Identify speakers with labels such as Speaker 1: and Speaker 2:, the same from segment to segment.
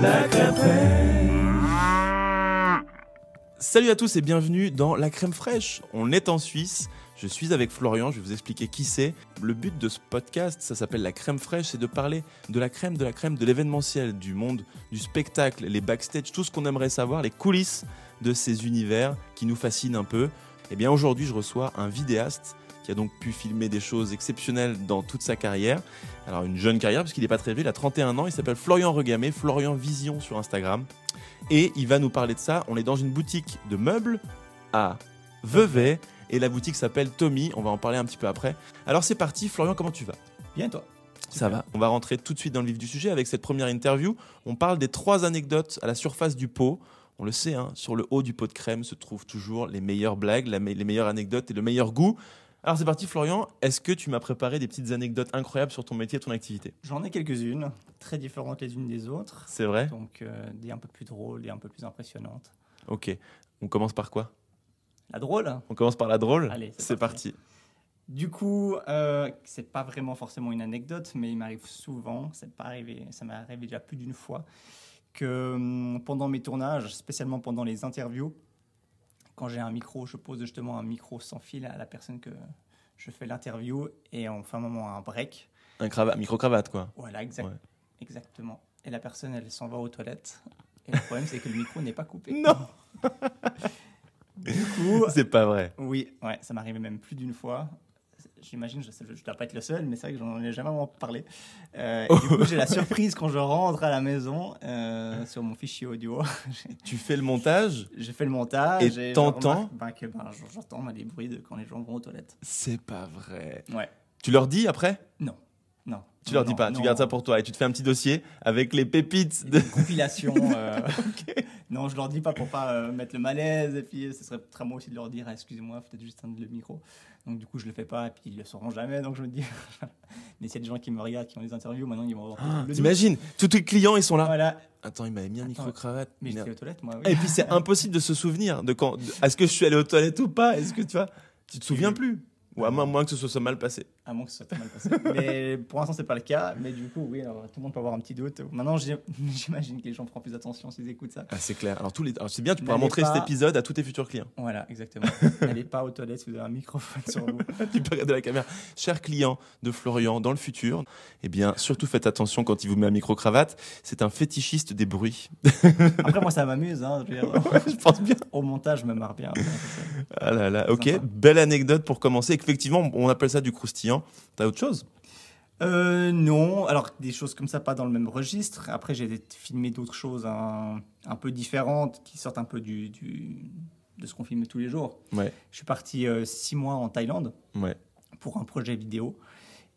Speaker 1: La crème fraîche.
Speaker 2: Salut à tous et bienvenue dans La Crème Fraîche. On est en Suisse. Je suis avec Florian, je vais vous expliquer qui c'est. Le but de ce podcast, ça s'appelle La Crème Fraîche, c'est de parler de la crème, de la crème, de l'événementiel, du monde, du spectacle, les backstage, tout ce qu'on aimerait savoir, les coulisses de ces univers qui nous fascinent un peu. Et bien aujourd'hui, je reçois un vidéaste qui a donc pu filmer des choses exceptionnelles dans toute sa carrière. Alors une jeune carrière, parce qu'il n'est pas très vieux, il a 31 ans, il s'appelle Florian Regamet, Florian Vision sur Instagram. Et il va nous parler de ça. On est dans une boutique de meubles à Vevey. Et la boutique s'appelle Tommy. On va en parler un petit peu après. Alors c'est parti. Florian, comment tu vas
Speaker 1: Bien toi.
Speaker 2: Ça va. On va rentrer tout de suite dans le vif du sujet avec cette première interview. On parle des trois anecdotes à la surface du pot. On le sait, hein, sur le haut du pot de crème se trouvent toujours les meilleures blagues, la me- les meilleures anecdotes et le meilleur goût. Alors c'est parti Florian, est-ce que tu m'as préparé des petites anecdotes incroyables sur ton métier et ton activité
Speaker 1: J'en ai quelques-unes, très différentes les unes des autres.
Speaker 2: C'est vrai
Speaker 1: Donc euh, des un peu plus drôles, des un peu plus impressionnantes.
Speaker 2: Ok. On commence par quoi
Speaker 1: La drôle
Speaker 2: On commence par la drôle
Speaker 1: Allez, c'est
Speaker 2: C'est parti.
Speaker 1: Du coup, euh, c'est pas vraiment forcément une anecdote, mais il m'arrive souvent, c'est pas arrivé, ça m'est arrivé déjà plus d'une fois, que hum, pendant mes tournages, spécialement pendant les interviews, quand j'ai un micro, je pose justement un micro sans fil à la personne que je fais l'interview et on fait un moment un break.
Speaker 2: Un crava- micro-cravate quoi.
Speaker 1: Voilà, exact-
Speaker 2: Ouais.
Speaker 1: exactement. Et la personne, elle s'en va aux toilettes. Et le problème, c'est que le micro n'est pas coupé.
Speaker 2: Non.
Speaker 1: Du coup,
Speaker 2: C'est pas vrai.
Speaker 1: oui, ouais, ça m'arrivait même plus d'une fois. J'imagine, je ne dois pas être le seul, mais c'est vrai que j'en ai jamais vraiment parlé. Euh, et Du coup, j'ai la surprise quand je rentre à la maison euh, sur mon fichier audio.
Speaker 2: Tu fais le montage
Speaker 1: J'ai fait le montage.
Speaker 2: Et
Speaker 1: je
Speaker 2: t'entends
Speaker 1: remarque, ben, que, ben, J'entends ben, les bruits de quand les gens vont aux toilettes.
Speaker 2: C'est pas vrai.
Speaker 1: Ouais,
Speaker 2: Tu leur dis après
Speaker 1: non, non.
Speaker 2: Tu leur
Speaker 1: Non,
Speaker 2: dis pas, tu
Speaker 1: non.
Speaker 2: gardes ça pour toi et tu te fais un petit dossier avec les pépites de.
Speaker 1: Une compilation. euh, Non, je leur dis pas pour pas euh, mettre le malaise. Et puis, euh, ce serait très moi aussi de leur dire, Ah, excusez-moi, faut peut-être juste éteindre le micro. Donc, du coup, je le fais pas. Et puis, ils le sauront jamais. Donc, je me dis, mais s'il y a des gens qui me regardent, qui ont des interviews, maintenant, ils vont avoir.
Speaker 2: Ah,
Speaker 1: le doute.
Speaker 2: T'imagines Tous tes clients ils sont là.
Speaker 1: Voilà.
Speaker 2: Attends, il m'avait mis un
Speaker 1: Attends,
Speaker 2: micro-cravate.
Speaker 1: Mais
Speaker 2: Merde.
Speaker 1: j'étais aux toilettes, moi. oui.
Speaker 2: Et puis c'est impossible de se souvenir de quand. de- Est-ce que je suis allé aux toilettes ou pas Est-ce que tu vois Tu te souviens plus Ou à moins, moins que ce soit ça mal passé.
Speaker 1: À moins que ce soit très mal passé. mais pour l'instant, c'est pas le cas. Mais du coup, oui, alors, tout le monde peut avoir un petit doute. Maintenant, j'ai- j'imagine que les gens prennent plus attention s'ils écoutent ça.
Speaker 2: Ah, c'est clair. Alors, tous les... alors, c'est bien, tu pourras
Speaker 1: N'allez
Speaker 2: montrer
Speaker 1: pas-
Speaker 2: cet épisode à tous tes futurs clients.
Speaker 1: Voilà, exactement. N'allez pas aux toilettes si vous avez un microphone sur vous.
Speaker 2: tu peux regarder la caméra. Cher client de Florian dans le futur, eh bien, surtout faites attention quand il vous met un micro-cravate. C'est un fétichiste des bruits.
Speaker 1: Après, moi, ça m'amuse. hein, je veux dire,
Speaker 2: Ouais, je pense bien.
Speaker 1: Au montage, je me marre bien.
Speaker 2: Ah là là, ok.
Speaker 1: Sympa.
Speaker 2: Belle anecdote pour commencer. Effectivement, on appelle ça du croustillant. T'as autre chose
Speaker 1: Euh, non, alors des choses comme ça, pas dans le même registre. Après, j'ai filmé d'autres choses hein, un peu différentes qui sortent un peu du, du- de ce qu'on filme tous les jours.
Speaker 2: Ouais.
Speaker 1: Je suis parti euh, six mois en Thaïlande
Speaker 2: Ouais.
Speaker 1: pour un projet vidéo.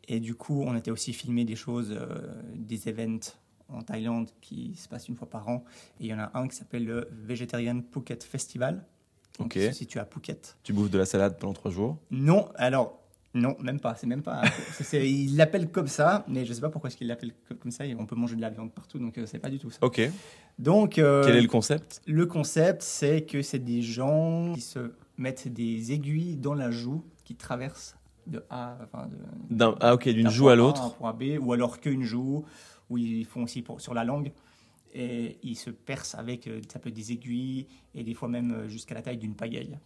Speaker 1: Et du coup, on était aussi filmé des choses, euh, des events en Thaïlande qui se passent une fois par an. Et il y en a un qui s'appelle le Vegetarian Phuket Festival. Donc,
Speaker 2: Ok.
Speaker 1: qui se situe à Phuket.
Speaker 2: Tu bouffes de la salade pendant trois jours.
Speaker 1: Non, alors, non, même pas. C'est même pas. c'est- c'est- ils l'appellent comme ça, mais je sais pas pourquoi est-ce qu'ils l'appellent co- comme ça. et On peut manger de la viande partout, donc euh, c'est pas du tout ça.
Speaker 2: Ok.
Speaker 1: Donc, euh,
Speaker 2: Quel est le concept
Speaker 1: le concept, c'est que c'est des gens qui se mettent des aiguilles dans la joue qui traversent de A, enfin de.
Speaker 2: D'un- Ah, ok, d'une
Speaker 1: d'un
Speaker 2: joue
Speaker 1: point
Speaker 2: à
Speaker 1: A un
Speaker 2: l'autre.
Speaker 1: point B, ou alors qu'une joue, où ils font aussi pour- sur la langue. Et ils se percent avec euh, ça peut être des aiguilles et des fois même euh, jusqu'à la taille d'une pagaille.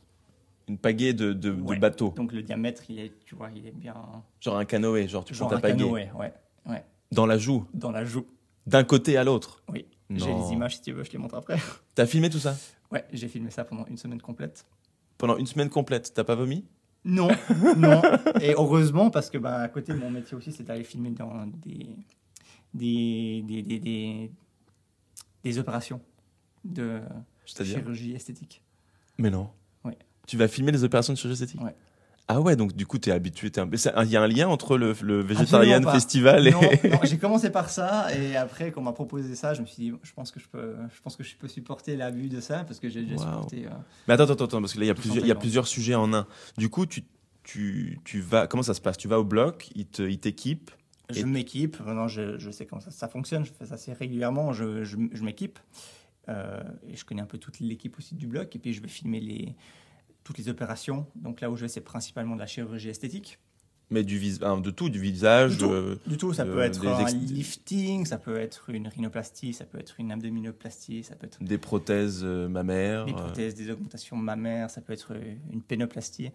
Speaker 2: Une pagaie de, de, de
Speaker 1: Ouais.
Speaker 2: bateau.
Speaker 1: Donc le diamètre, il est, tu vois, il est bien.
Speaker 2: Genre un canoë. Genre tu prends
Speaker 1: Genre
Speaker 2: ta
Speaker 1: un
Speaker 2: pagaie
Speaker 1: canoë, ouais, ouais,
Speaker 2: dans la joue,
Speaker 1: dans la joue.
Speaker 2: d'un côté à l'autre.
Speaker 1: Oui. J'ai
Speaker 2: Non.
Speaker 1: les images si tu veux, je les montre après.
Speaker 2: T'as filmé tout ça
Speaker 1: Ouais, j'ai filmé ça pendant une semaine complète.
Speaker 2: pendant une semaine complète. T'as pas vomi
Speaker 1: Non, non. Et heureusement parce que bah, à côté mon métier aussi, c'est d'aller filmer dans des des des des, des, des opérations de
Speaker 2: C'est-à-dire
Speaker 1: chirurgie esthétique.
Speaker 2: Mais non.
Speaker 1: Ouais.
Speaker 2: Tu vas filmer les opérations de chirurgie esthétique
Speaker 1: Ouais.
Speaker 2: Ah ouais, donc du coup, t'es habitué. t'es un- mais c'est un- Il y a un lien entre le, le Vegetarian
Speaker 1: Ah, pas.
Speaker 2: Festival et.
Speaker 1: Non, non, j'ai commencé par ça et après quand on m'a proposé ça, je me suis dit je pense que je peux je pense que je peux supporter la vue de ça parce que j'ai déjà
Speaker 2: Wow.
Speaker 1: supporté. euh,
Speaker 2: Mais attends, attends, attends, parce que là, il y a plusieurs, il y a
Speaker 1: Thaïlande.
Speaker 2: plusieurs sujets en un. Du coup, tu, tu, tu vas. Comment ça se passe Tu vas au bloc, ils te- ils t'équipent.
Speaker 1: Je
Speaker 2: Et-
Speaker 1: m'équipe, maintenant je, je sais comment ça, ça fonctionne, je fais ça assez régulièrement, je, je- je m'équipe. Euh, et je connais un peu toute l'équipe aussi du bloc, et puis je vais filmer les, toutes les opérations. Donc là où je vais, c'est principalement de la chirurgie esthétique.
Speaker 2: Mais du vis ah, de tout, du visage.
Speaker 1: Du tout,
Speaker 2: euh,
Speaker 1: du tout, ça
Speaker 2: de-
Speaker 1: peut être
Speaker 2: des
Speaker 1: un
Speaker 2: ex-
Speaker 1: lifting, ça peut être une rhinoplastie, ça peut être une abdominoplastie, ça peut être
Speaker 2: Des prothèses euh, mammaires.
Speaker 1: des
Speaker 2: euh,
Speaker 1: prothèses, des augmentations mammaires, ça peut être une pénoplastie.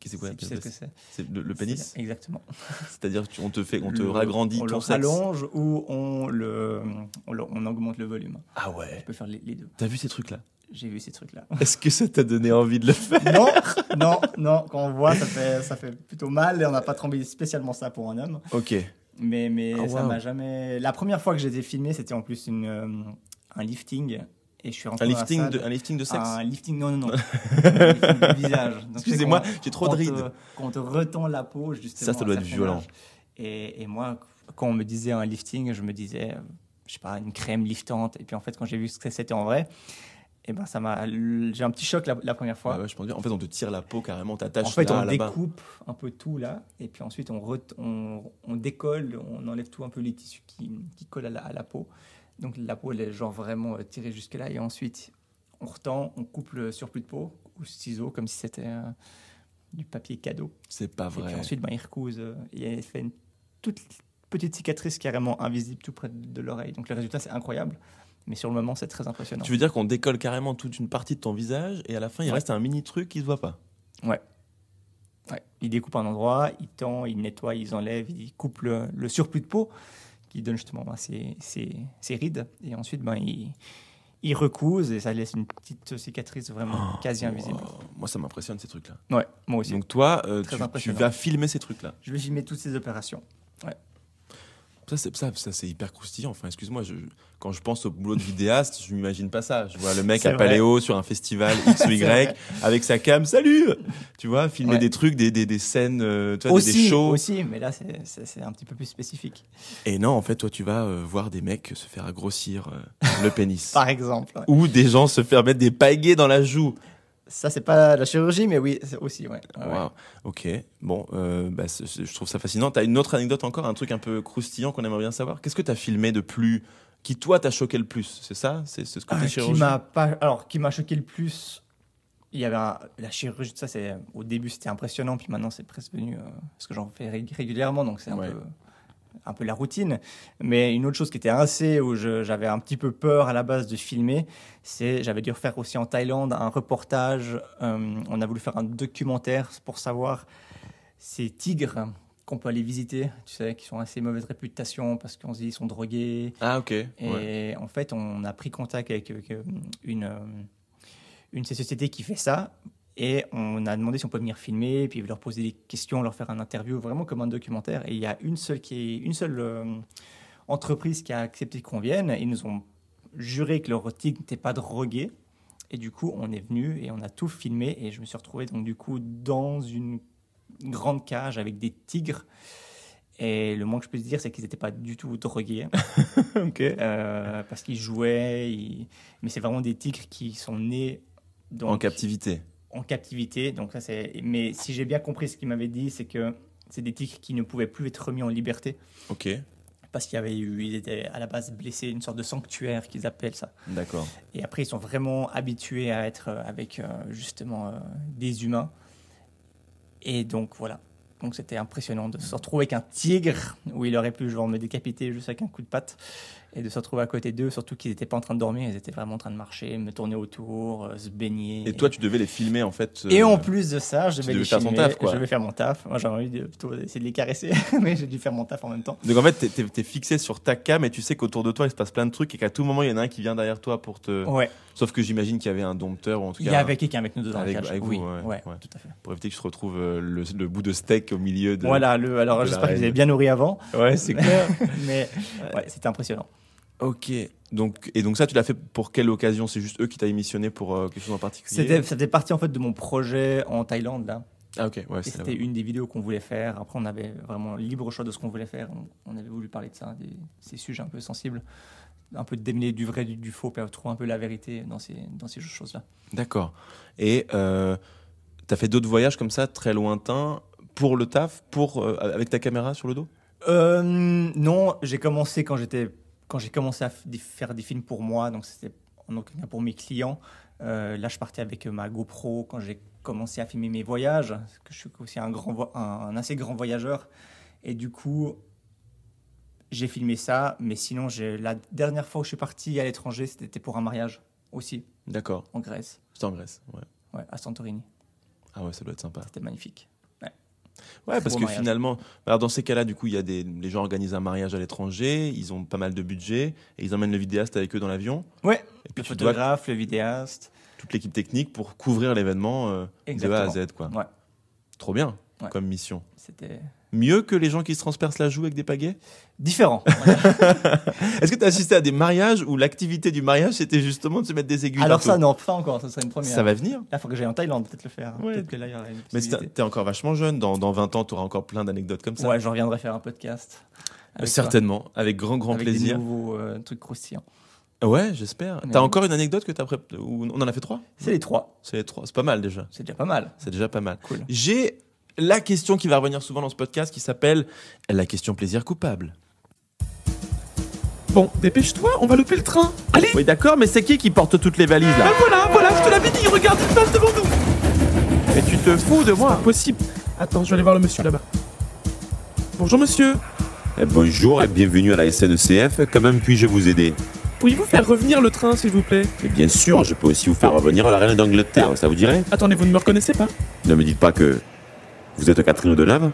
Speaker 2: qui c'est quoi
Speaker 1: si
Speaker 2: la
Speaker 1: tu sais ce que
Speaker 2: prothèse
Speaker 1: c'est
Speaker 2: C'est le, le pénis
Speaker 1: C'est- Exactement.
Speaker 2: C'est-à-dire tu- on te fait, on te
Speaker 1: Le-
Speaker 2: ragrandit
Speaker 1: on
Speaker 2: ton
Speaker 1: le
Speaker 2: sexe.
Speaker 1: rallonge ou on, le, on, le- on augmente le volume.
Speaker 2: Ah
Speaker 1: Je
Speaker 2: ouais.
Speaker 1: peux faire les, les deux.
Speaker 2: T'as vu ces trucs-là
Speaker 1: J'ai vu ces trucs-là.
Speaker 2: Est-ce que ça t'a donné envie de le faire
Speaker 1: non, non, non, quand on voit, ça fait, ça fait plutôt mal et on n'a pas trouvé spécialement ça pour un homme.
Speaker 2: Ok.
Speaker 1: Mais, mais
Speaker 2: Ah,
Speaker 1: ça
Speaker 2: waouh.
Speaker 1: m'a jamais. La première fois que j'ai été filmé, c'était en plus une, euh, un lifting. Et je suis rentré
Speaker 2: Un
Speaker 1: dans la
Speaker 2: lifting,
Speaker 1: salle.
Speaker 2: de, un lifting de sexe
Speaker 1: Un lifting, non, non, non. un lifting de visage. Donc, c'est
Speaker 2: Excusez-moi,
Speaker 1: qu'on-
Speaker 2: j'ai trop
Speaker 1: qu'on
Speaker 2: de rides.
Speaker 1: Te, quand on te retend la peau, justement.
Speaker 2: Ça, ça doit
Speaker 1: à
Speaker 2: être
Speaker 1: certains
Speaker 2: violent.
Speaker 1: âges. Et, et moi, quand on me disait un lifting, je me disais, euh, je sais pas, une crème liftante. Et puis en fait, quand j'ai vu ce que c'était en vrai, et ben ça m'a. J'ai un petit choc la, la première fois.
Speaker 2: Ah ouais, je pense bien. En fait, on te tire la peau carrément, t'attaches
Speaker 1: En fait,
Speaker 2: là,
Speaker 1: on
Speaker 2: là-bas.
Speaker 1: découpe un peu tout là, et puis ensuite on, ret- on, on décolle, on enlève tout un peu les tissus qui, qui collent à la, à la peau. Donc la peau, elle est genre vraiment euh, tirée jusque-là, et ensuite on retend, on coupe le surplus de peau au ciseau, comme si c'était euh, du papier cadeau.
Speaker 2: C'est pas
Speaker 1: Et puis
Speaker 2: vrai.
Speaker 1: ensuite, ben, il recouse, euh, et elle fait une toute petite cicatrice carrément invisible tout près de l'oreille. Donc le résultat, c'est incroyable, mais sur le moment, c'est très impressionnant.
Speaker 2: Tu veux dire qu'on décolle carrément toute une partie de ton visage et à la fin, il
Speaker 1: Ouais.
Speaker 2: reste un mini truc qui se voit pas
Speaker 1: Ouais, il découpe un endroit, il tend, il nettoie, il enlève, il coupe le, le surplus de peau qui donne justement ben, ses, ses- ses rides. Et ensuite, ben, il, il recouse et ça laisse une petite cicatrice vraiment quasi invisible.
Speaker 2: Oh, Wow. Moi, ça m'impressionne ces trucs-là.
Speaker 1: Ouais, moi aussi.
Speaker 2: Donc toi, euh, tu,
Speaker 1: Très
Speaker 2: tu
Speaker 1: impressionnant.
Speaker 2: vas filmer ces trucs-là.
Speaker 1: je vais filmer toutes ces opérations.
Speaker 2: Ça, c'est ça, ça, c'est hyper croustillant. Enfin, excuse-moi, je- je- quand je pense au boulot de vidéaste, je m'imagine pas ça. Je vois le mec
Speaker 1: C'est
Speaker 2: à
Speaker 1: vrai.
Speaker 2: Paléo sur un festival X ou
Speaker 1: C'est
Speaker 2: Y
Speaker 1: vrai.
Speaker 2: avec sa cam, salut. Tu vois, filmer
Speaker 1: Ouais.
Speaker 2: des trucs, des, des, des scènes, euh, tu vois, des-
Speaker 1: aussi,
Speaker 2: des shows.
Speaker 1: aussi, mais là, c'est- c'est c'est un petit peu plus spécifique.
Speaker 2: Et non, en fait, toi, tu vas euh, voir des mecs se faire agrossir euh, le pénis.
Speaker 1: Par exemple, ouais.
Speaker 2: Ou des gens se faire mettre des pagaies dans la joue.
Speaker 1: ça, c'est pas la chirurgie, mais oui, c'est aussi, ouais. Ouais, ouais.
Speaker 2: Waouh. Ok. Bon, euh, bah, c'est- c'est- je trouve ça fascinant. T'as une autre anecdote encore, un truc un peu croustillant qu'on aimerait bien savoir. Qu'est-ce que t'as filmé de plus qui toi t'a choqué le plus C'est ça C'est c'est ce côté
Speaker 1: Ah, qui
Speaker 2: chirurgie
Speaker 1: m'a pas alors qui m'a choqué le plus il y avait un- la chirurgie tout ça c'est au début c'était impressionnant puis maintenant c'est presque devenu euh, parce que j'en fais rég- régulièrement donc c'est un
Speaker 2: Ouais.
Speaker 1: peu un peu la routine mais une autre chose qui était assez où je- j'avais un petit peu peur à la base de filmer c'est j'avais dû refaire aussi en Thaïlande un reportage euh, on a voulu faire un documentaire pour savoir ces tigres qu'on peut aller visiter tu sais qui sont assez mauvaise réputation parce qu'on se dit ils sont drogués
Speaker 2: Ah, ok.
Speaker 1: et
Speaker 2: Ouais.
Speaker 1: en fait, on a pris contact avec, avec, euh, une, euh, une de ces sociétés qui fait ça. Et on a demandé si on peut venir filmer, puis leur poser des questions, leur faire un interview, vraiment comme un documentaire. Et il y a une seule, qui est, une seule euh, entreprise qui a accepté qu'on vienne. Ils nous ont juré que leur tigre n'était pas drogué. Et du coup, on est venu et on a tout filmé. Et je me suis retrouvé donc du coup dans une grande cage avec des tigres. Et le moins que je puisse dire, c'est qu'ils n'étaient pas du tout drogués.
Speaker 2: Ok.
Speaker 1: Euh, parce qu'ils jouaient. ils- Mais c'est vraiment des tigres qui sont nés donc,
Speaker 2: en captivité.
Speaker 1: en captivité. Donc ça, c'est... Mais si j'ai bien compris ce qu'il m'avait dit, c'est que c'est des tigres qui ne pouvaient plus être remis en liberté
Speaker 2: Ok.
Speaker 1: parce qu'il y avait eu, ils étaient à la base blessés, une sorte de sanctuaire qu'ils appellent ça.
Speaker 2: D'accord.
Speaker 1: Et après, ils sont vraiment habitués à être euh, avec euh, justement euh, des humains. Et donc voilà. Donc c'était impressionnant de se retrouver avec un tigre où il aurait pu genre me décapiter juste avec un coup de patte et de se retrouver à côté d'eux, surtout qu'ils n'étaient pas en train de dormir, ils étaient vraiment en train de marcher, me tourner autour, euh, se baigner.
Speaker 2: Et toi, tu devais les filmer en fait.
Speaker 1: Et
Speaker 2: euh,
Speaker 1: en plus de ça, je
Speaker 2: tu
Speaker 1: vais
Speaker 2: devais
Speaker 1: les
Speaker 2: faire ton
Speaker 1: filmer,
Speaker 2: taf, quoi.
Speaker 1: je vais faire mon taf. Moi j'avais envie de plutôt essayer de les caresser, mais j'ai dû faire mon taf en même temps.
Speaker 2: Donc en fait, t'es- t'es t'es fixé sur ta cam et tu sais qu'autour de toi, il se passe plein de trucs et qu'à tout moment, il y en a un qui vient derrière toi pour te.
Speaker 1: Ouais,
Speaker 2: Sauf que j'imagine qu'il y avait un dompteur ou en Euh, tout
Speaker 1: il y
Speaker 2: cas.
Speaker 1: avait quelqu'un avec nous dedans. la
Speaker 2: avec-
Speaker 1: cage.
Speaker 2: avec vous,
Speaker 1: oui,
Speaker 2: ouais,
Speaker 1: ouais,
Speaker 2: ouais.
Speaker 1: tout à fait.
Speaker 2: Pour éviter que je te retrouve euh, le, le bout de steak au milieu de.
Speaker 1: Voilà, le, alors
Speaker 2: de la
Speaker 1: j'espère que vous
Speaker 2: reine.
Speaker 1: avez bien nourri avant.
Speaker 2: Ouais, c'est clair.
Speaker 1: mais euh, ouais, c'était impressionnant.
Speaker 2: ok. Donc, et donc ça, tu l'as fait pour quelle occasion C'est juste eux qui t'ont missionné pour euh, quelque chose en particulier
Speaker 1: C'était, ça faisait partie en fait de mon projet en Thaïlande là.
Speaker 2: Ah ok, ouais,
Speaker 1: Et
Speaker 2: c'est
Speaker 1: c'était une des vidéos qu'on voulait faire. Après, on avait vraiment libre choix de ce qu'on voulait faire. On, on avait voulu parler de ça, des, ces sujets un peu sensibles, un peu démêler du vrai du, du faux, puis trouver un peu la vérité dans ces dans ces choses là.
Speaker 2: D'accord. Et euh, t'as fait d'autres voyages comme ça, très lointains, pour le taf, pour euh, avec ta caméra sur le dos
Speaker 1: Euh, non, j'ai commencé quand j'étais quand j'ai commencé à f- des- faire des films pour moi, donc c'était en aucun cas pour mes clients. Euh, là, je partais avec ma euh, GoPro quand j'ai commencé à filmer mes voyages, parce que je suis aussi un, grand vo- un- un assez grand voyageur. Et du coup, j'ai filmé ça, mais sinon, j'ai- la dernière fois où je suis parti à l'étranger, c'était pour un mariage aussi,
Speaker 2: D'accord,
Speaker 1: en Grèce,
Speaker 2: c'est en Grèce. Ouais.
Speaker 1: ouais, à Santorini.
Speaker 2: Ah ouais, ça doit être sympa.
Speaker 1: C'était magnifique.
Speaker 2: Ouais,
Speaker 1: Très
Speaker 2: parce
Speaker 1: beau
Speaker 2: que
Speaker 1: mariage.
Speaker 2: finalement, alors dans ces cas-là, du coup, il y a des les gens organisent un mariage à l'étranger, ils ont pas mal de budget et ils emmènent le vidéaste avec eux dans l'avion.
Speaker 1: Ouais,
Speaker 2: Et puis
Speaker 1: le
Speaker 2: tu dois
Speaker 1: photographe, le vidéaste.
Speaker 2: toute l'équipe technique pour couvrir l'événement euh, de A à
Speaker 1: Exactement.
Speaker 2: Z, quoi.
Speaker 1: Ouais.
Speaker 2: Trop bien
Speaker 1: Ouais.
Speaker 2: comme mission.
Speaker 1: C'était
Speaker 2: Mieux que les gens qui se transpercent la joue avec des pagaies
Speaker 1: différent.
Speaker 2: Est-ce que tu as assisté à des mariages où l'activité du mariage c'était justement de se mettre des aiguilles
Speaker 1: Alors
Speaker 2: partout
Speaker 1: ça, non, pas encore, ça serait une première.
Speaker 2: ça va venir
Speaker 1: Là, Ah, faut que j'aille en Thaïlande, peut-être le faire. hein.
Speaker 2: Ouais.
Speaker 1: Peut-être que là, il y aura une
Speaker 2: Mais c'est-
Speaker 1: possibilité.
Speaker 2: t'es encore vachement jeune, dans, dans 20 ans tu auras encore plein d'anecdotes comme ça.
Speaker 1: Ouais, je reviendrai faire un podcast. avec toi,
Speaker 2: Certainement, avec grand grand
Speaker 1: avec
Speaker 2: plaisir.
Speaker 1: Des nouveaux euh, trucs croustillants.
Speaker 2: Ouais, j'espère.
Speaker 1: Mais
Speaker 2: T'as
Speaker 1: oui.
Speaker 2: encore une anecdote que t'as préparée On en a fait trois
Speaker 1: C'est les trois.
Speaker 2: C'est les trois, c'est pas mal déjà.
Speaker 1: C'est déjà pas mal.
Speaker 2: C'est déjà pas mal.
Speaker 1: Cool.
Speaker 2: J'ai la question qui va revenir souvent dans ce podcast qui s'appelle la question plaisir coupable.
Speaker 3: Bon, dépêche-toi, on va louper le train. Allez,
Speaker 2: Oui, d'accord, mais c'est qui qui porte toutes les valises
Speaker 3: ben
Speaker 2: là
Speaker 3: voilà, voilà, je te l'avais dit, regarde, il passe devant nous.
Speaker 2: Mais tu te fous de moi
Speaker 3: Impossible. Attends, je vais aller voir le monsieur là-bas. Bonjour monsieur,
Speaker 4: Eh, Bonjour et bienvenue à la SNCF. Comment puis-je vous aider
Speaker 3: pourriez-vous faire revenir le train s'il vous plaît
Speaker 4: Et bien sûr, je peux aussi vous faire revenir la reine d'Angleterre, ça vous dirait
Speaker 3: Attendez, vous ne me reconnaissez pas
Speaker 4: Ne me dites pas que vous êtes Catherine Deneuve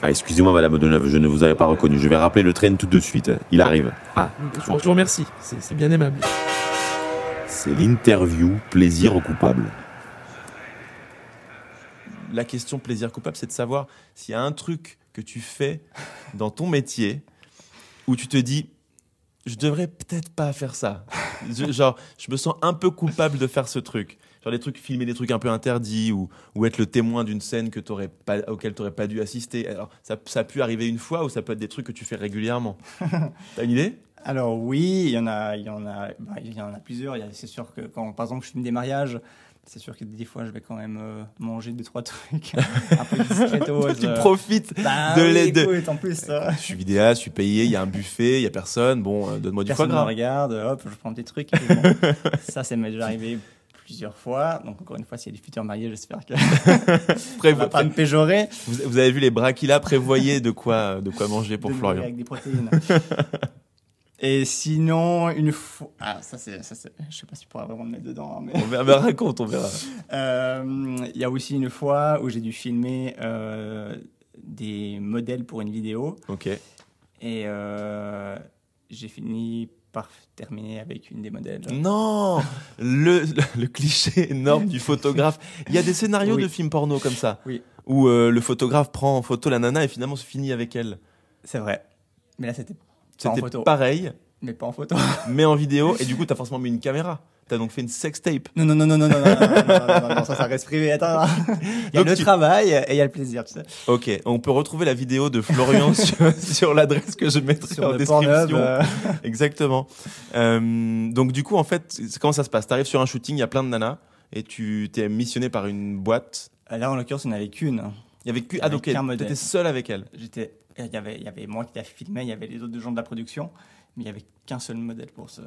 Speaker 4: Ah, excusez-moi, madame Deneuve, je ne vous avais pas reconnu. Je vais rappeler le train tout de suite. Il arrive.
Speaker 3: Ah, je vous- je vous remercie, c'est c'est bien aimable.
Speaker 4: C'est l'interview plaisir coupable.
Speaker 2: La question plaisir coupable, c'est de savoir s'il y a un truc que tu fais dans ton métier où tu te dis je devrais peut-être pas faire ça. Je- genre, je me sens un peu coupable de faire ce truc. Genre des trucs, filmer des trucs un peu interdits ou, ou être le témoin d'une scène que t'aurais pas, auquel tu n'aurais pas dû assister. Alors, ça, ça a pu arriver une fois ou ça peut être des trucs que tu fais régulièrement. T'as une idée
Speaker 1: Alors oui, il y en a, il y en a, bah, il y en a plusieurs. Il y a- C'est sûr que quand, par exemple, je filme des mariages, c'est sûr que des fois, je vais quand même euh, manger deux trois trucs un peu discretos.
Speaker 2: Tu
Speaker 1: euh.
Speaker 2: profites
Speaker 1: Bah
Speaker 2: de
Speaker 1: oui,
Speaker 2: les- de-
Speaker 1: écoute, en plus. euh,
Speaker 2: Je suis vidéaste, je suis payé, il y a un buffet, il y a personne. Bon, euh, donne-moi du foie
Speaker 1: Personne ne me
Speaker 2: gras.
Speaker 1: regarde, hop, je prends des trucs. et puis bon. ça, ça m'est déjà arrivé plusieurs fois. Donc, encore une fois, s'il y a des futurs mariés, j'espère que
Speaker 2: Prévo-
Speaker 1: ne va pas me péjorer.
Speaker 2: Vous, vous avez vu les bras qu'il a, prévoyez de quoi, de quoi manger pour
Speaker 1: de nourrir
Speaker 2: Florian.
Speaker 1: Avec des protéines. et sinon, une fois. Ah, ça, c'est. ça, c'est- Je sais pas si je pourrais vraiment me mettre dedans. hein, mais...
Speaker 2: On verra, bah, raconte, on verra.
Speaker 1: Euh, Il y a aussi une fois où j'ai dû filmer euh, des modèles pour une vidéo.
Speaker 2: Ok.
Speaker 1: Et euh, j'ai fini par terminer avec une des modèles.
Speaker 2: Non le, le cliché énorme du photographe. Il y a des scénarios
Speaker 1: Oui.
Speaker 2: de films porno comme ça.
Speaker 1: Oui.
Speaker 2: Où euh, le photographe prend en photo la nana et finalement se finit avec elle.
Speaker 1: C'est vrai. Mais là, c'était. pas en
Speaker 2: C'était
Speaker 1: photo.
Speaker 2: pareil,
Speaker 1: Mais pas en photo.
Speaker 2: mais en vidéo. Et du coup, t'as forcément mis une caméra. T'as donc fait une sex tape.
Speaker 1: Non, non, non, non, non, non, non, non, non, non, non, ça, ça reste privé. Attends, hein. il y a
Speaker 2: Donc
Speaker 1: le
Speaker 2: tu-
Speaker 1: travail et il y a le plaisir, tu sais.
Speaker 2: Ok, on peut retrouver la vidéo de Florian sur, sur l'adresse que je mettrai
Speaker 1: Sur
Speaker 2: en
Speaker 1: le
Speaker 2: description.
Speaker 1: Pornhub, euh,
Speaker 2: Exactement. Euh, donc du coup, en fait, c'est- comment ça se passe T'arrives sur un shooting, il y a plein de nanas, et tu t'es missionné par une boîte.
Speaker 1: là, en l'occurrence, il n'y en avait qu'une.
Speaker 2: Il y avait que
Speaker 1: Il y
Speaker 2: ah,
Speaker 1: avait
Speaker 2: donc,
Speaker 1: qu'un
Speaker 2: elle-
Speaker 1: modèle.
Speaker 2: t'étais seul avec elle.
Speaker 1: J'étais, il y avait, il y avait moi qui la filmais, il y avait les autres gens de la production, mais il y avait qu'un seul modèle pour ce,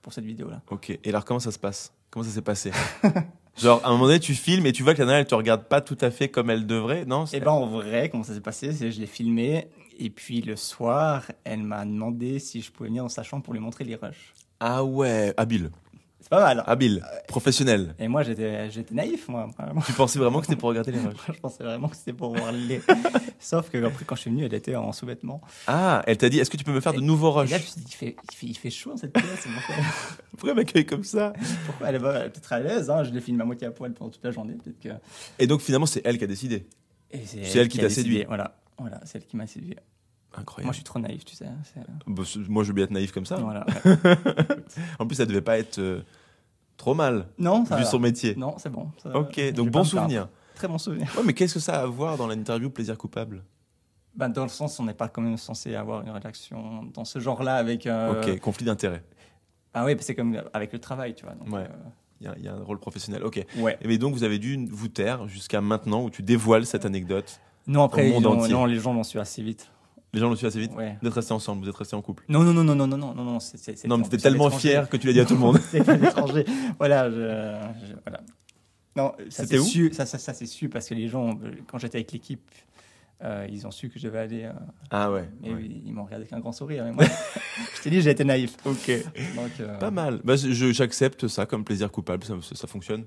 Speaker 1: pour cette vidéo-là.
Speaker 2: Ok. Et alors comment ça se passe Comment ça s'est passé Genre à un moment donné, tu filmes et tu vois que la nana elle te regarde pas tout à fait comme elle devrait, non
Speaker 1: Et
Speaker 2: c'est-
Speaker 1: ben, en vrai, comment ça s'est passé, c'est que je l'ai filmé, et puis le soir, elle m'a demandé si je pouvais venir dans sa chambre pour lui montrer les rushs.
Speaker 2: Ah ouais, habile,
Speaker 1: C'est pas mal. hein.
Speaker 2: habile, professionnel.
Speaker 1: Et moi, j'étais, j'étais naïf, moi. vraiment.
Speaker 2: Tu pensais vraiment que c'était pour regarder les rushs
Speaker 1: Je pensais vraiment que c'était pour voir les. Sauf que après, quand je suis venu, elle était en sous-vêtements.
Speaker 2: Ah, elle t'a dit, est-ce que tu peux me faire de nouveaux
Speaker 1: Et
Speaker 2: rushs
Speaker 1: là, je me suis dit, il fait, il fait, il fait chaud dans cette pièce. Pourquoi,
Speaker 2: Pourquoi elle m'accueille comme ça
Speaker 1: pourquoi elle est, pas- elle est peut-être à l'aise hein, Je l'ai filmé à moitié à poil pendant toute la journée. Peut-être que...
Speaker 2: Et donc finalement, c'est elle qui a décidé.
Speaker 1: Et c'est
Speaker 2: elle qui
Speaker 1: a
Speaker 2: t'a
Speaker 1: décidé,
Speaker 2: séduit.
Speaker 1: Voilà, voilà c'est elle qui m'a séduit.
Speaker 2: Incroyable.
Speaker 1: Moi, je suis trop naïf, tu sais. c'est-
Speaker 2: Bah, c'est- Moi, je veux bien être naïf comme ça.
Speaker 1: Voilà.
Speaker 2: En plus, ça devait pas être euh, trop mal,
Speaker 1: Non, ça
Speaker 2: vu
Speaker 1: va.
Speaker 2: son métier.
Speaker 1: Non, c'est bon. ça va.
Speaker 2: ok,
Speaker 1: Je
Speaker 2: donc
Speaker 1: vais
Speaker 2: bon
Speaker 1: pas me plaindre.
Speaker 2: souvenir.
Speaker 1: Très bon souvenir.
Speaker 2: Ouais, mais qu'est-ce que ça a à voir dans l'interview Plaisir coupable
Speaker 1: Bah, dans le sens, on n'est pas quand même censé avoir une rédaction dans ce genre-là avec. euh,
Speaker 2: Ok, conflit d'intérêt.
Speaker 1: Ah oui, bah, c'est comme avec le travail, tu vois. donc,
Speaker 2: Ouais. Il y a- il y, a un rôle professionnel. Ok.
Speaker 1: euh, ouais.
Speaker 2: Mais donc, vous avez dû vous taire jusqu'à maintenant où tu dévoiles cette anecdote.
Speaker 1: Non, après,
Speaker 2: monde
Speaker 1: ils ont-
Speaker 2: entier.
Speaker 1: non, les gens l'ont su assez vite.
Speaker 2: Les gens l'ont su assez vite.
Speaker 1: Ouais.
Speaker 2: Vous êtes restés ensemble, vous êtes restés en couple.
Speaker 1: Non, non, non, non, non, non, non, non, non. c'est- c'est- c'est-
Speaker 2: Non, mais
Speaker 1: en
Speaker 2: t'étais
Speaker 1: plus, à
Speaker 2: tellement
Speaker 1: l'étranger.
Speaker 2: fier que tu l'as dit à tout le monde.
Speaker 1: C'est à l'étranger. Voilà, je, je- voilà. Non, ça
Speaker 2: C'était
Speaker 1: s'est
Speaker 2: où
Speaker 1: su, ça, ça, ça s'est su parce que les gens, euh, quand j'étais avec l'équipe, euh, ils ont su que je devais aller. euh,
Speaker 2: Ah ouais.
Speaker 1: et ils, ils m'ont regardé avec un grand sourire. Et moi, je t'ai dit, j'ai été naïf.
Speaker 2: Ok.
Speaker 1: Donc, euh,
Speaker 2: Pas mal. Bah, je- J'accepte ça comme plaisir coupable. Ça, ça fonctionne.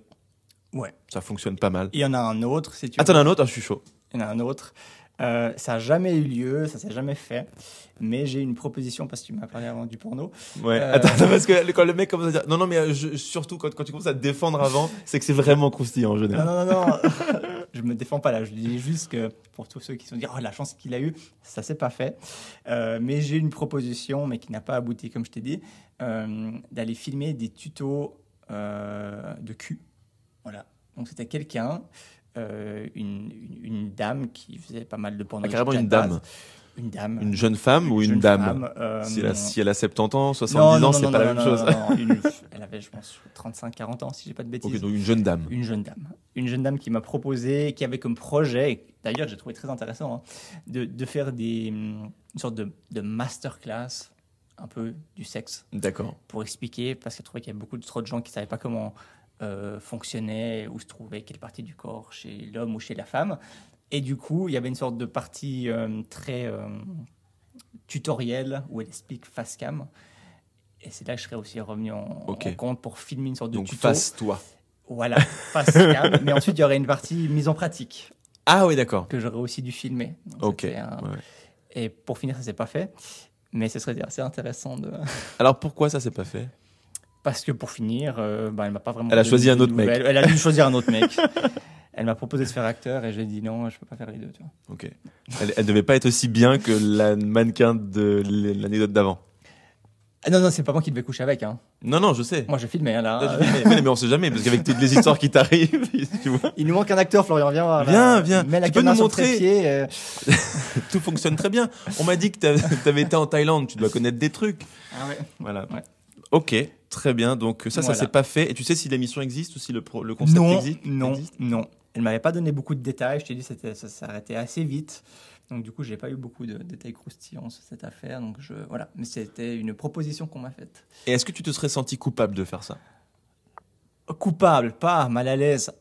Speaker 1: Ouais.
Speaker 2: Ça fonctionne pas mal.
Speaker 1: Il y en a un autre, si tu
Speaker 2: Attends,
Speaker 1: veux.
Speaker 2: un autre, Ah, je suis chaud.
Speaker 1: Il y en a un autre. Euh, ça n'a jamais eu lieu, ça s'est jamais fait. Mais j'ai une proposition parce que tu m'as parlé avant du porno.
Speaker 2: Ouais.
Speaker 1: Euh.
Speaker 2: Attends, attends, parce que quand le mec commence à dire non, non, mais euh, je- surtout quand, quand tu commences à te défendre avant, c'est que c'est vraiment croustillant en
Speaker 1: Non,
Speaker 2: général.
Speaker 1: non, non, non. je me défends pas là. Je dis juste que pour tous ceux qui se sont dit oh la chance qu'il a eu, ça s'est pas fait. Euh, mais j'ai une proposition, mais qui n'a pas abouti, comme je t'ai dit, euh, d'aller filmer des tutos euh, de cul. Voilà. Donc c'était quelqu'un, euh, une, une- une dame qui faisait pas mal de porno.
Speaker 2: Ah, carrément
Speaker 1: déjà
Speaker 2: une
Speaker 1: de base.
Speaker 2: dame.
Speaker 1: Une dame.
Speaker 2: Ah. Une jeune femme ou une
Speaker 1: jeune
Speaker 2: dame
Speaker 1: femme, euh,
Speaker 2: si, elle a, si elle a 70 ans, 70
Speaker 1: non, non,
Speaker 2: ans,
Speaker 1: non,
Speaker 2: c'est
Speaker 1: non,
Speaker 2: pas la
Speaker 1: non,
Speaker 2: même
Speaker 1: non,
Speaker 2: chose.
Speaker 1: non, non. Une- elle avait, je pense, 35-40 ans, si j'ai pas de bêtises
Speaker 2: Ok, donc une jeune dame.
Speaker 1: une jeune dame. Une jeune dame qui m'a proposé, qui avait comme projet, d'ailleurs j'ai trouvé très intéressant, hein, de, de faire des, hum, une sorte de, de masterclass un peu du sexe
Speaker 2: D'accord.
Speaker 1: pour expliquer, parce qu'elle trouvait qu'il y avait beaucoup de- trop de gens qui ne savaient pas comment euh, fonctionnait, où se trouvait quelle partie du corps, chez l'homme ou chez la femme. Et du coup, il y avait une sorte de partie euh, très euh, tutoriel où elle explique face cam. Et c'est là que je serais aussi revenu en,
Speaker 2: Ok.
Speaker 1: en compte pour filmer une sorte de
Speaker 2: Donc
Speaker 1: tuto.
Speaker 2: face-toi.
Speaker 1: Voilà, face cam. mais ensuite, il y aurait une partie mise en pratique
Speaker 2: Ah oui, d'accord.
Speaker 1: que j'aurais aussi dû filmer. Donc,
Speaker 2: Ok.
Speaker 1: c'était un-
Speaker 2: Ouais.
Speaker 1: Et pour finir, ça s'est pas fait. Mais ce serait assez intéressant de.
Speaker 2: Alors pourquoi ça s'est pas fait
Speaker 1: Parce que pour finir, euh, bah, elle m'a pas vraiment.
Speaker 2: Elle a
Speaker 1: donné
Speaker 2: choisi un
Speaker 1: de
Speaker 2: autre mec.
Speaker 1: nouvelles. Elle a dû choisir un autre mec. Elle m'a proposé de faire acteur et j'ai dit non, je peux pas faire les deux. Tu vois.
Speaker 2: Ok. Elle, elle devait pas être aussi bien que la mannequin de l'anecdote d'avant.
Speaker 1: Ah, non, non, c'est pas moi qui devais coucher avec. Hein.
Speaker 2: Non, non, je sais.
Speaker 1: Moi, je filmais hein, là.
Speaker 2: Là, je dis, mais, mais- mais on sait jamais, parce qu'avec toutes les histoires qui t'arrivent, tu vois,
Speaker 1: Il nous manque un acteur, Florian. Viens voir. là.
Speaker 2: Viens, viens.
Speaker 1: Mets la
Speaker 2: Tu peux
Speaker 1: caméra
Speaker 2: nous
Speaker 1: sur
Speaker 2: montrer
Speaker 1: le trépied, euh,
Speaker 2: tout fonctionne très bien. On m'a dit que t'avais- t'avais été en Thaïlande, tu dois connaître des trucs.
Speaker 1: Ah ouais.
Speaker 2: Voilà.
Speaker 1: Ouais.
Speaker 2: Ok, très bien. Donc ça,
Speaker 1: Voilà.
Speaker 2: ça s'est pas fait. Et tu sais si l'émission existe ou si le, pro- le concept
Speaker 1: non,
Speaker 2: existe
Speaker 1: Non,
Speaker 2: existe
Speaker 1: non. Elle m'avait pas donné beaucoup de détails. Je t'ai dit c'était ça s'arrêtait assez vite. Donc du coup, j'ai pas eu beaucoup de détails croustillants sur cette affaire. Donc je voilà, mais c'était une proposition qu'on m'a faite.
Speaker 2: Et est-ce que tu te serais senti coupable de faire ça
Speaker 1: Coupable, pas mal à l'aise,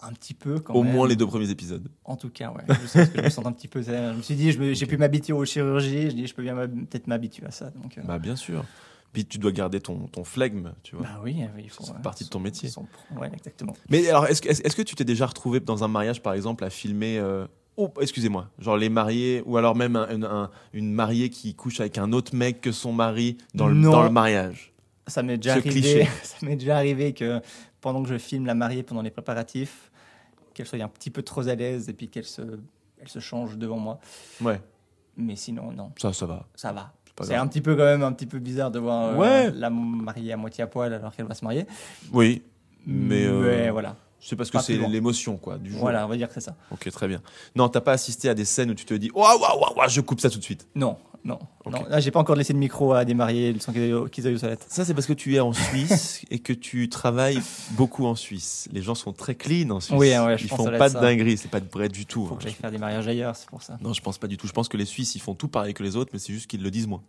Speaker 1: un petit peu quand
Speaker 2: Au
Speaker 1: même.
Speaker 2: moins les deux premiers épisodes.
Speaker 1: En tout cas, ouais. Je sens que je me sens un petit peu. Je me suis dit, je me- j'ai pu m'habituer aux chirurgies. Je dis, je peux bien m'hab- peut-être m'habituer à ça. Donc euh,
Speaker 2: Bah bien sûr. Puis tu dois garder ton, ton flegme, tu vois.
Speaker 1: bah oui, euh, il faut.
Speaker 2: Ça fait
Speaker 1: ouais,
Speaker 2: partie de ton
Speaker 1: son-
Speaker 2: métier.
Speaker 1: son- ouais, exactement.
Speaker 2: Mais alors, est-ce que, est-ce- est-ce que tu t'es déjà retrouvé dans un mariage, par exemple, à filmer. euh, oh, excusez-moi, genre les mariés, ou alors même un- un- un- une mariée qui couche avec un autre mec que son mari dans le,
Speaker 1: Non.
Speaker 2: dans le mariage
Speaker 1: ça m'est déjà
Speaker 2: Ce
Speaker 1: arrivé.
Speaker 2: cliché.
Speaker 1: Ça m'est déjà arrivé que pendant que je filme la mariée pendant les préparatifs, qu'elle soit un petit peu trop à l'aise et puis qu'elle se, elle se change devant moi.
Speaker 2: Ouais,
Speaker 1: Mais sinon, non,
Speaker 2: ça, ça va.
Speaker 1: ça va.
Speaker 2: pas
Speaker 1: C'est
Speaker 2: grave.
Speaker 1: un petit peu quand même un petit peu bizarre de voir euh,
Speaker 2: Ouais.
Speaker 1: la mariée à moitié à poil alors qu'elle va se marier.
Speaker 2: Oui, mais. euh,
Speaker 1: voilà,
Speaker 2: C'est parce que
Speaker 1: pas
Speaker 2: c'est
Speaker 1: plus loin.
Speaker 2: l'émotion, quoi, du jour.
Speaker 1: voilà, on va dire que c'est ça.
Speaker 2: Ok, très bien. Non, t'as pas assisté à des scènes où tu te dis Waouh, waouh, waouh, waouh, je coupe ça tout de suite.
Speaker 1: Non, non,
Speaker 2: Ok.
Speaker 1: non. Là, j'ai pas encore laissé de micro à des mariés sans qu'ils qu'ils aillent aux toilettes.
Speaker 2: Ça, c'est parce que tu es en Suisse et que tu travailles beaucoup en Suisse. Les gens sont très clean en Suisse.
Speaker 1: Oui, ouais, je
Speaker 2: Ils
Speaker 1: pense que ça
Speaker 2: font
Speaker 1: doit
Speaker 2: pas
Speaker 1: être
Speaker 2: de
Speaker 1: ça.
Speaker 2: dinguerie, c'est pas de vrai du tout.
Speaker 1: Faut
Speaker 2: hein.
Speaker 1: que j'aille faire des mariages ailleurs, c'est pour ça.
Speaker 2: Non, je pense pas du tout. Je pense que les Suisses, ils font tout pareil que les autres, mais c'est juste qu'ils le disent moins.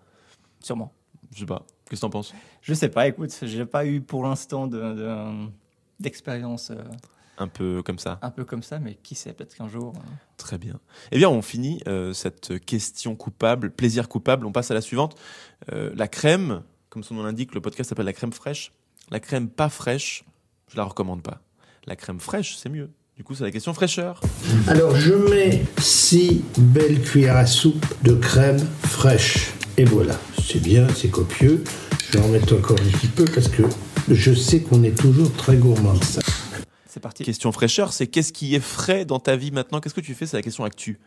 Speaker 1: Sûrement.
Speaker 2: Je sais pas. Qu'est-ce que t'en penses
Speaker 1: Je sais pas. Écoute, j'ai pas eu pour l'instant de- de- d'expérience. euh,
Speaker 2: Un peu comme ça.
Speaker 1: un peu comme ça, mais qui sait, peut-être qu'un jour. euh,
Speaker 2: Très bien. Eh bien, on finit euh, cette question coupable, plaisir coupable. On passe à la suivante. Euh, la crème, comme son nom l'indique, le podcast s'appelle la crème fraîche. La crème pas fraîche, je la recommande pas. La crème fraîche, c'est mieux. Du coup, c'est la question fraîcheur.
Speaker 5: Alors je mets 6 belles cuillères à soupe de crème fraîche. Et voilà, c'est bien, c'est copieux. Je vais en mettre encore un petit peu parce que je sais qu'on est toujours très gourmand de ça.
Speaker 1: C'est parti.
Speaker 2: Question fraîcheur, c'est qu'est-ce qui est frais dans ta vie maintenant Qu'est-ce que tu fais C'est la question actu.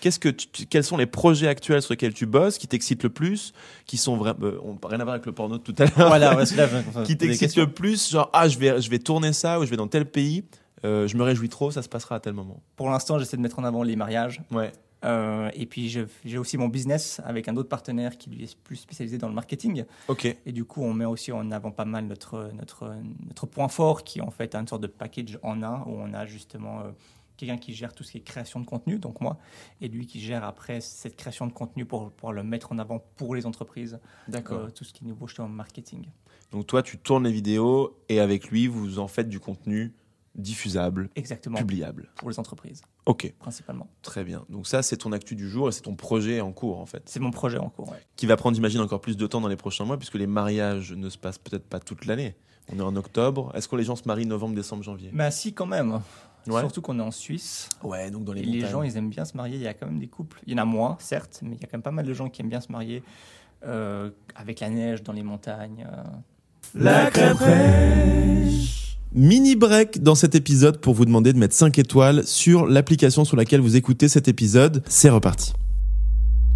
Speaker 2: Qu'est-ce que tu- tu- quels sont les projets actuels sur lesquels tu bosses, qui t'excitent le plus, qui sont vraiment, rien à voir avec le porno de tout à l'heure.
Speaker 1: Voilà, ouais, c'est là, je-
Speaker 2: qui
Speaker 1: Euh, des
Speaker 2: t'excite
Speaker 1: questions.
Speaker 2: le plus Genre, ah, je vais, je vais tourner ça ou je vais dans tel pays, euh, je me réjouis trop, ça se passera à tel moment.
Speaker 1: Pour l'instant, j'essaie de mettre en avant les mariages.
Speaker 2: Ouais.
Speaker 1: Euh, et puis, je- j'ai aussi mon business avec un autre partenaire qui lui est plus spécialisé dans le marketing.
Speaker 2: Ok.
Speaker 1: Et du coup, on met aussi en avant pas mal notre, notre, notre point fort qui est en fait une sorte de package en un où on a justement euh, quelqu'un qui gère tout ce qui est création de contenu, donc moi, et lui qui gère après cette création de contenu pour pouvoir le mettre en avant pour les entreprises, euh, tout ce qui est nouveau en marketing.
Speaker 2: Donc toi, tu tournes les vidéos et avec lui, vous en faites du contenu diffusable,
Speaker 1: Exactement.
Speaker 2: publiable.
Speaker 1: Pour les entreprises,
Speaker 2: Ok,
Speaker 1: principalement.
Speaker 2: très bien. Donc ça, c'est ton actu du jour et c'est ton projet en cours en fait.
Speaker 1: C'est mon projet en cours. ouais.
Speaker 2: qui va prendre, j'imagine, encore plus de temps dans les prochains mois, puisque les mariages ne se passent peut-être pas toute l'année. On est en octobre. Est-ce que les gens se marient novembre, décembre, janvier
Speaker 1: Bah si, quand même.
Speaker 2: Ouais.
Speaker 1: Surtout qu'on est en Suisse.
Speaker 2: Ouais, donc dans les
Speaker 1: Et les
Speaker 2: montagnes.
Speaker 1: gens, ils aiment bien se marier. Il y a quand même des couples. Il y en a moins, certes, mais il y a quand même pas mal de gens qui aiment bien se marier euh, avec la neige dans les montagnes. euh.
Speaker 2: La crème Mini break dans cet épisode pour vous demander de mettre 5 étoiles sur l'application sur laquelle vous écoutez cet épisode. C'est reparti.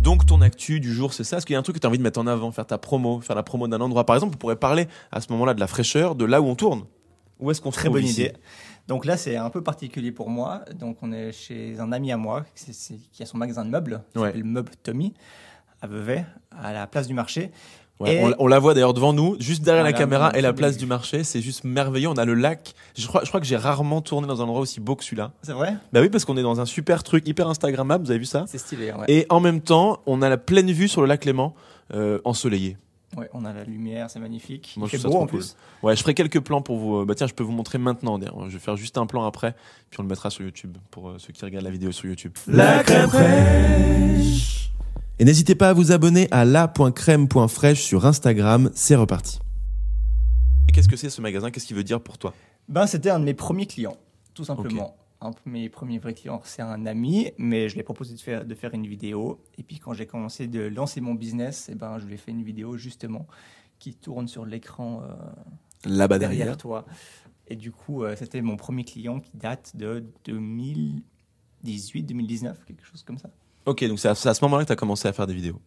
Speaker 2: Donc ton actu du jour, c'est ça Est-ce qu'il y a un truc que tu as envie de mettre en avant, faire ta promo, faire la promo d'un endroit Par exemple, on pourrait parler à ce moment-là de la fraîcheur, de là où on tourne. Où est-ce qu'on se
Speaker 1: Très
Speaker 2: trouve
Speaker 1: bonne
Speaker 2: ici
Speaker 1: idée. Donc là, c'est un peu particulier pour moi. Donc on est chez un ami à moi c'est- c'est- qui a son magasin de meubles, qui
Speaker 2: Ouais.
Speaker 1: s'appelle Meuble Tommy, à Vevey, à la place du marché.
Speaker 2: Ouais,
Speaker 1: Et-
Speaker 2: on, on la voit d'ailleurs devant nous, juste derrière la
Speaker 1: Voilà,
Speaker 2: caméra
Speaker 1: on
Speaker 2: et la
Speaker 1: fait
Speaker 2: place
Speaker 1: des-
Speaker 2: du marché. C'est juste merveilleux. On a le lac. Je crois, je crois que j'ai rarement tourné dans un endroit aussi beau que celui-là.
Speaker 1: C'est vrai
Speaker 2: Bah oui, parce qu'on est dans un super truc hyper Instagrammable. Vous avez vu ça
Speaker 1: C'est stylé, ouais.
Speaker 2: Et en même temps, on a la pleine vue sur le lac Léman, euh, ensoleillé.
Speaker 1: Ouais, on a la lumière, c'est magnifique.
Speaker 2: Moi,
Speaker 1: Il
Speaker 2: je
Speaker 1: fait
Speaker 2: trouve ça
Speaker 1: beau
Speaker 2: trop cool.
Speaker 1: en plus.
Speaker 2: Ouais, je ferai quelques plans pour vous. Bah tiens, je peux vous montrer maintenant. d'ailleurs. Je vais faire juste un plan après, puis on le mettra sur YouTube pour euh, ceux qui regardent la vidéo sur YouTube. La crème Et n'hésitez pas à vous abonner à la.crème.fraîche sur Instagram. C'est reparti. Qu'est-ce que c'est ce magasin Qu'est-ce qu'il veut dire pour toi
Speaker 1: Ben, c'était un de mes premiers clients, tout simplement. Un de mes premiers vrais clients, c'est un ami, mais je lui ai proposé de faire, de faire une vidéo. Et puis quand j'ai commencé de lancer mon business, eh ben, je lui ai fait une vidéo justement qui tourne sur l'écran euh,
Speaker 2: Là-bas
Speaker 1: derrière. toi. Et du coup, euh, c'était mon premier client qui date de 2018, 2019, quelque chose comme ça.
Speaker 2: Ok, donc c'est à, c'est à ce moment-là que tu as commencé à faire des vidéos.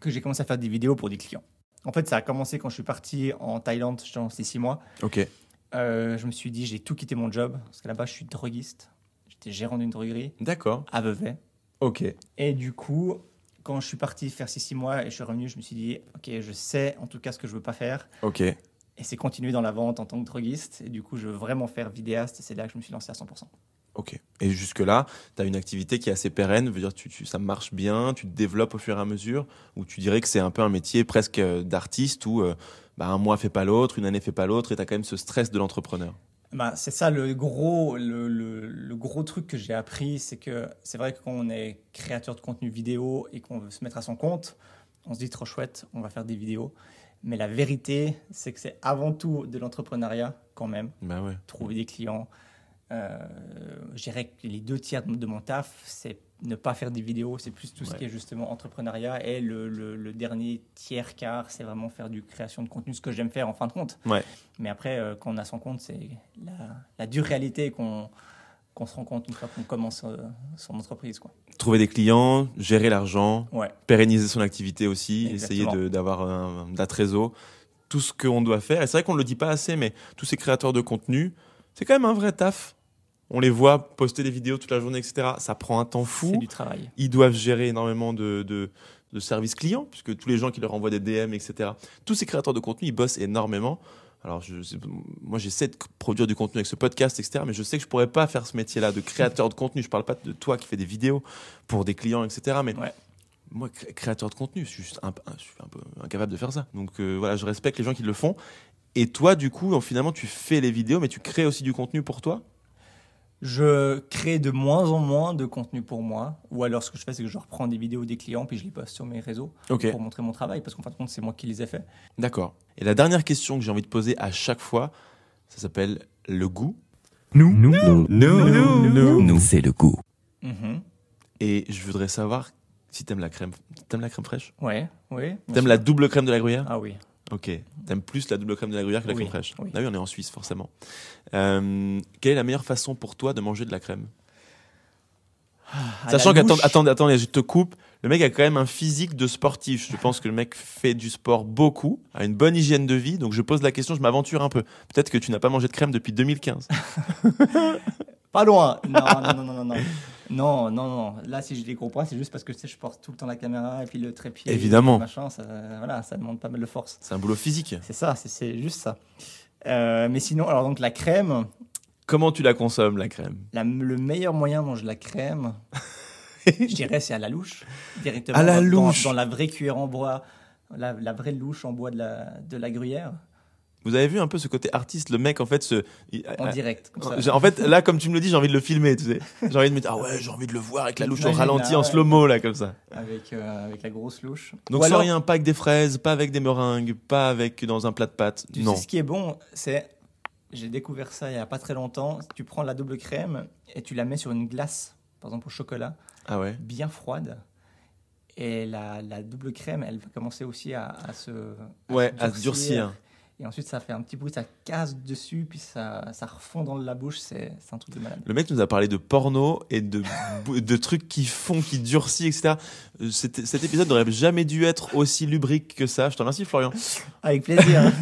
Speaker 1: Que j'ai commencé à faire des vidéos pour des clients. En fait, ça a commencé quand je suis parti en Thaïlande, genre ces six mois.
Speaker 2: Ok.
Speaker 1: Euh, je me suis dit, j'ai tout quitté mon job, parce que là-bas, je suis droguiste. J'étais gérant d'une droguerie
Speaker 2: D'accord.
Speaker 1: à Vevey.
Speaker 2: Ok.
Speaker 1: Et du coup, quand je suis parti faire ces six mois et je suis revenu, je me suis dit, OK, je sais en tout cas ce que je veux pas faire.
Speaker 2: Ok.
Speaker 1: Et c'est continuer dans la vente en tant que droguiste. Et du coup, je veux vraiment faire vidéaste. Et c'est là que je me suis lancé à 100%.
Speaker 2: Ok. Et jusque-là, tu as une activité qui est assez pérenne, veut dire tu, tu- ça marche bien, tu te développes au fur et à mesure, ou tu dirais que c'est un peu un métier presque euh, d'artiste où euh, bah, un mois fait pas l'autre, une année fait pas l'autre, et tu as quand même ce stress de l'entrepreneur.
Speaker 1: Bah, c'est ça le gros, le, le- le gros truc que j'ai appris, c'est que c'est vrai que quand on est créateur de contenu vidéo et qu'on veut se mettre à son compte, on se dit trop chouette, on va faire des vidéos. Mais la vérité, c'est que c'est avant tout de l'entrepreneuriat quand même,
Speaker 2: Bah ouais.
Speaker 1: trouver des clients. Euh, je dirais que les deux tiers de mon taf, c'est ne pas faire des vidéos, c'est plus tout ce
Speaker 2: Ouais.
Speaker 1: qui est justement entrepreneuriat. Et le, le- le dernier tiers quart, c'est vraiment faire du création de contenu, ce que j'aime faire en fin de compte.
Speaker 2: Ouais.
Speaker 1: Mais après, euh, quand on a son compte, c'est la, la dure réalité qu'on qu'on se rend compte une fois qu'on commence euh, son entreprise. Quoi.
Speaker 2: Trouver des clients, gérer l'argent,
Speaker 1: Ouais,
Speaker 2: pérenniser son activité aussi,
Speaker 1: Exactement.
Speaker 2: essayer de- d'avoir un, un trésor, tout ce qu'on doit faire. Et c'est vrai qu'on le dit pas assez, mais tous ces créateurs de contenu, c'est quand même un vrai taf. On les voit poster des vidéos toute la journée, etc. Ça prend un temps fou.
Speaker 1: c'est du travail.
Speaker 2: Ils doivent gérer énormément de, de, de services clients, puisque tous les gens qui leur envoient des DM, etc. Tous ces créateurs de contenu, ils bossent énormément. Alors, je, c'est- moi, j'essaie de c- produire du contenu avec ce podcast, etc. Mais je sais que je pourrais pas faire ce métier-là de créateur de contenu. Je parle pas de toi qui fais des vidéos pour des clients, etc. Mais
Speaker 1: Ouais.
Speaker 2: moi, cré- créateur de contenu, je suis juste un, un- je suis un peu incapable de faire ça. Donc, euh, voilà, je respecte les gens qui le font. Et toi, du coup, en- finalement, tu fais les vidéos, mais tu crées aussi du contenu pour toi.
Speaker 1: Je crée de moins en moins de contenu pour moi. Ou alors, ce que je fais, c'est que je reprends des vidéos des clients, puis je les poste sur mes réseaux
Speaker 2: Ok.
Speaker 1: pour montrer mon travail, parce qu'en fin de compte, c'est moi qui les ai faits.
Speaker 2: D'accord. Et la dernière question que j'ai envie de poser à chaque fois, ça s'appelle le goût.
Speaker 6: Nous, nous, nous,
Speaker 2: Nous,
Speaker 6: c'est le goût.
Speaker 1: Mhm.
Speaker 2: Et je voudrais savoir si t'aimes la crème. T'aimes la crème fraîche
Speaker 1: Ouais, oui.
Speaker 2: T'aimes la double crème de la gruyère
Speaker 1: Ah oui.
Speaker 2: Ok. T'aimes plus la double crème de la gruyère que la
Speaker 1: Oui,
Speaker 2: crème fraîche
Speaker 1: oui.
Speaker 2: Ah oui, on est en Suisse, forcément. Euh, quelle est la meilleure façon pour toi de manger de la crème
Speaker 1: À
Speaker 2: Sachant
Speaker 1: Ah, la
Speaker 2: qu'attends,
Speaker 1: louche,
Speaker 2: attends, attends, je te coupe. Le mec a quand même un physique de sportif. Je pense que le mec fait du sport beaucoup, a une bonne hygiène de vie. Donc je pose la question, je m'aventure un peu. Peut-être que tu n'as pas mangé de crème depuis 2015.
Speaker 1: Pas loin. Non, non, non, non, non, non. Non, non, non. Là, si je les comprends, c'est juste parce que tu sais, je porte tout le temps la caméra et puis le trépied.
Speaker 2: Évidemment.
Speaker 1: le Machin, ça, voilà, ça demande pas mal de force.
Speaker 2: C'est un boulot physique.
Speaker 1: C'est ça, c'est- c'est juste ça. Euh, mais sinon, alors donc la crème,
Speaker 2: Comment tu la consommes, la crème
Speaker 1: la- le meilleur moyen de manger la crème, je dirais, c'est à la louche. Directement
Speaker 2: À la
Speaker 1: dans- dans-
Speaker 2: louche.
Speaker 1: Dans, la vraie cuillère en bois, la, la vraie louche en bois de la, de la gruyère.
Speaker 2: Vous avez vu un peu ce côté artiste, le mec en fait se. il-
Speaker 1: En direct. Comme ça.
Speaker 2: J'ai- En fait, là, comme tu me le dis, j'ai envie de le filmer, tu sais. J'ai envie de me dire, ah ouais, j'ai envie de le voir avec la louche au
Speaker 1: Imagine,
Speaker 2: ralenti,
Speaker 1: là,
Speaker 2: en
Speaker 1: ouais.
Speaker 2: slow-mo, là, comme ça.
Speaker 1: Avec, euh, avec la grosse louche.
Speaker 2: Donc,
Speaker 1: Ou
Speaker 2: sans
Speaker 1: alors,
Speaker 2: rien, pas avec des fraises, pas avec des meringues, pas avec dans un plat de pâtes.
Speaker 1: Tu
Speaker 2: non.
Speaker 1: sais, ce qui est bon, c'est. J'ai découvert ça il n'y a pas très longtemps. Tu prends la double crème et tu la mets sur une glace, par exemple au chocolat,
Speaker 2: Ah ouais.
Speaker 1: bien froide. Et la, la double crème, elle va commencer aussi à, à se. à
Speaker 2: Ouais,
Speaker 1: se
Speaker 2: à se durcir.
Speaker 1: Et ensuite, ça fait un petit bruit, ça casse dessus, puis ça, ça refond dans la bouche. C'est c'est un truc de malade.
Speaker 2: Le mec nous a parlé de porno et de, bou- de trucs qui font, qui durcissent, etc. Euh, Cet, cet épisode n'aurait jamais dû être aussi lubrique que ça. Je te remercie, Florian.
Speaker 1: Avec plaisir.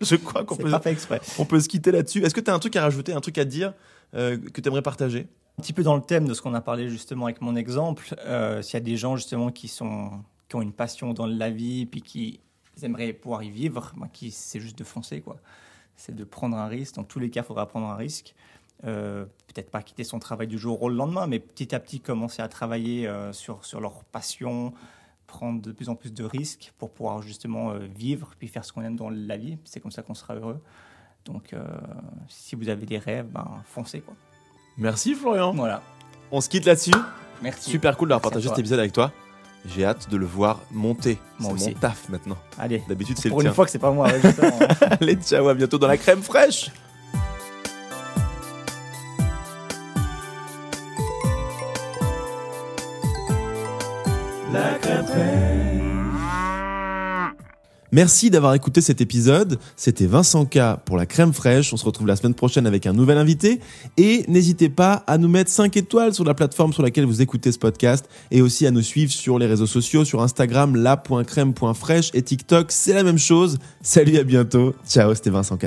Speaker 2: Je crois qu'on
Speaker 1: C'est
Speaker 2: peut,
Speaker 1: pas fait exprès.
Speaker 2: on peut se quitter là-dessus. Est-ce que tu as un truc à rajouter, un truc à dire euh, que tu aimerais partager
Speaker 1: Un petit peu dans le thème de ce qu'on a parlé justement avec mon exemple, euh, s'il y a des gens justement qui, sont, qui ont une passion dans la vie puis qui aimeraient pouvoir y vivre, moi, qui, c'est juste de foncer quoi. C'est de prendre un risque. Dans tous les cas, il faudra prendre un risque. Euh, Peut-être pas quitter son travail du jour au lendemain, mais petit à petit commencer à travailler euh, sur, sur leur passion, prendre de plus en plus de risques pour pouvoir justement euh, vivre puis faire ce qu'on aime dans la vie. C'est comme ça qu'on sera heureux. Donc, euh, si vous avez des rêves, ben, foncez quoi.
Speaker 2: Merci, Florian.
Speaker 1: Voilà.
Speaker 2: On se quitte là-dessus.
Speaker 1: Merci.
Speaker 2: Super cool d'avoir
Speaker 1: Merci à
Speaker 2: partagé
Speaker 1: toi.
Speaker 2: cet épisode avec toi. J'ai hâte de le voir monter.
Speaker 1: Moi
Speaker 2: c'est
Speaker 1: aussi.
Speaker 2: mon taf maintenant.
Speaker 1: Allez.
Speaker 2: D'habitude, c'est le
Speaker 1: Pour
Speaker 2: tien.
Speaker 1: une fois que c'est pas moi, ouais, justement.
Speaker 2: Allez, ciao, à bientôt dans la crème fraîche. La crème fraîche. Merci d'avoir écouté cet épisode. C'était Vincent K pour la crème fraîche. On se retrouve la semaine prochaine avec un nouvel invité. Et n'hésitez pas à nous mettre 5 étoiles sur la plateforme sur laquelle vous écoutez ce podcast et aussi à nous suivre sur les réseaux sociaux, sur Instagram, la.crème.fraîche et TikTok. C'est la même chose. Salut, à bientôt. Ciao, c'était Vincent K.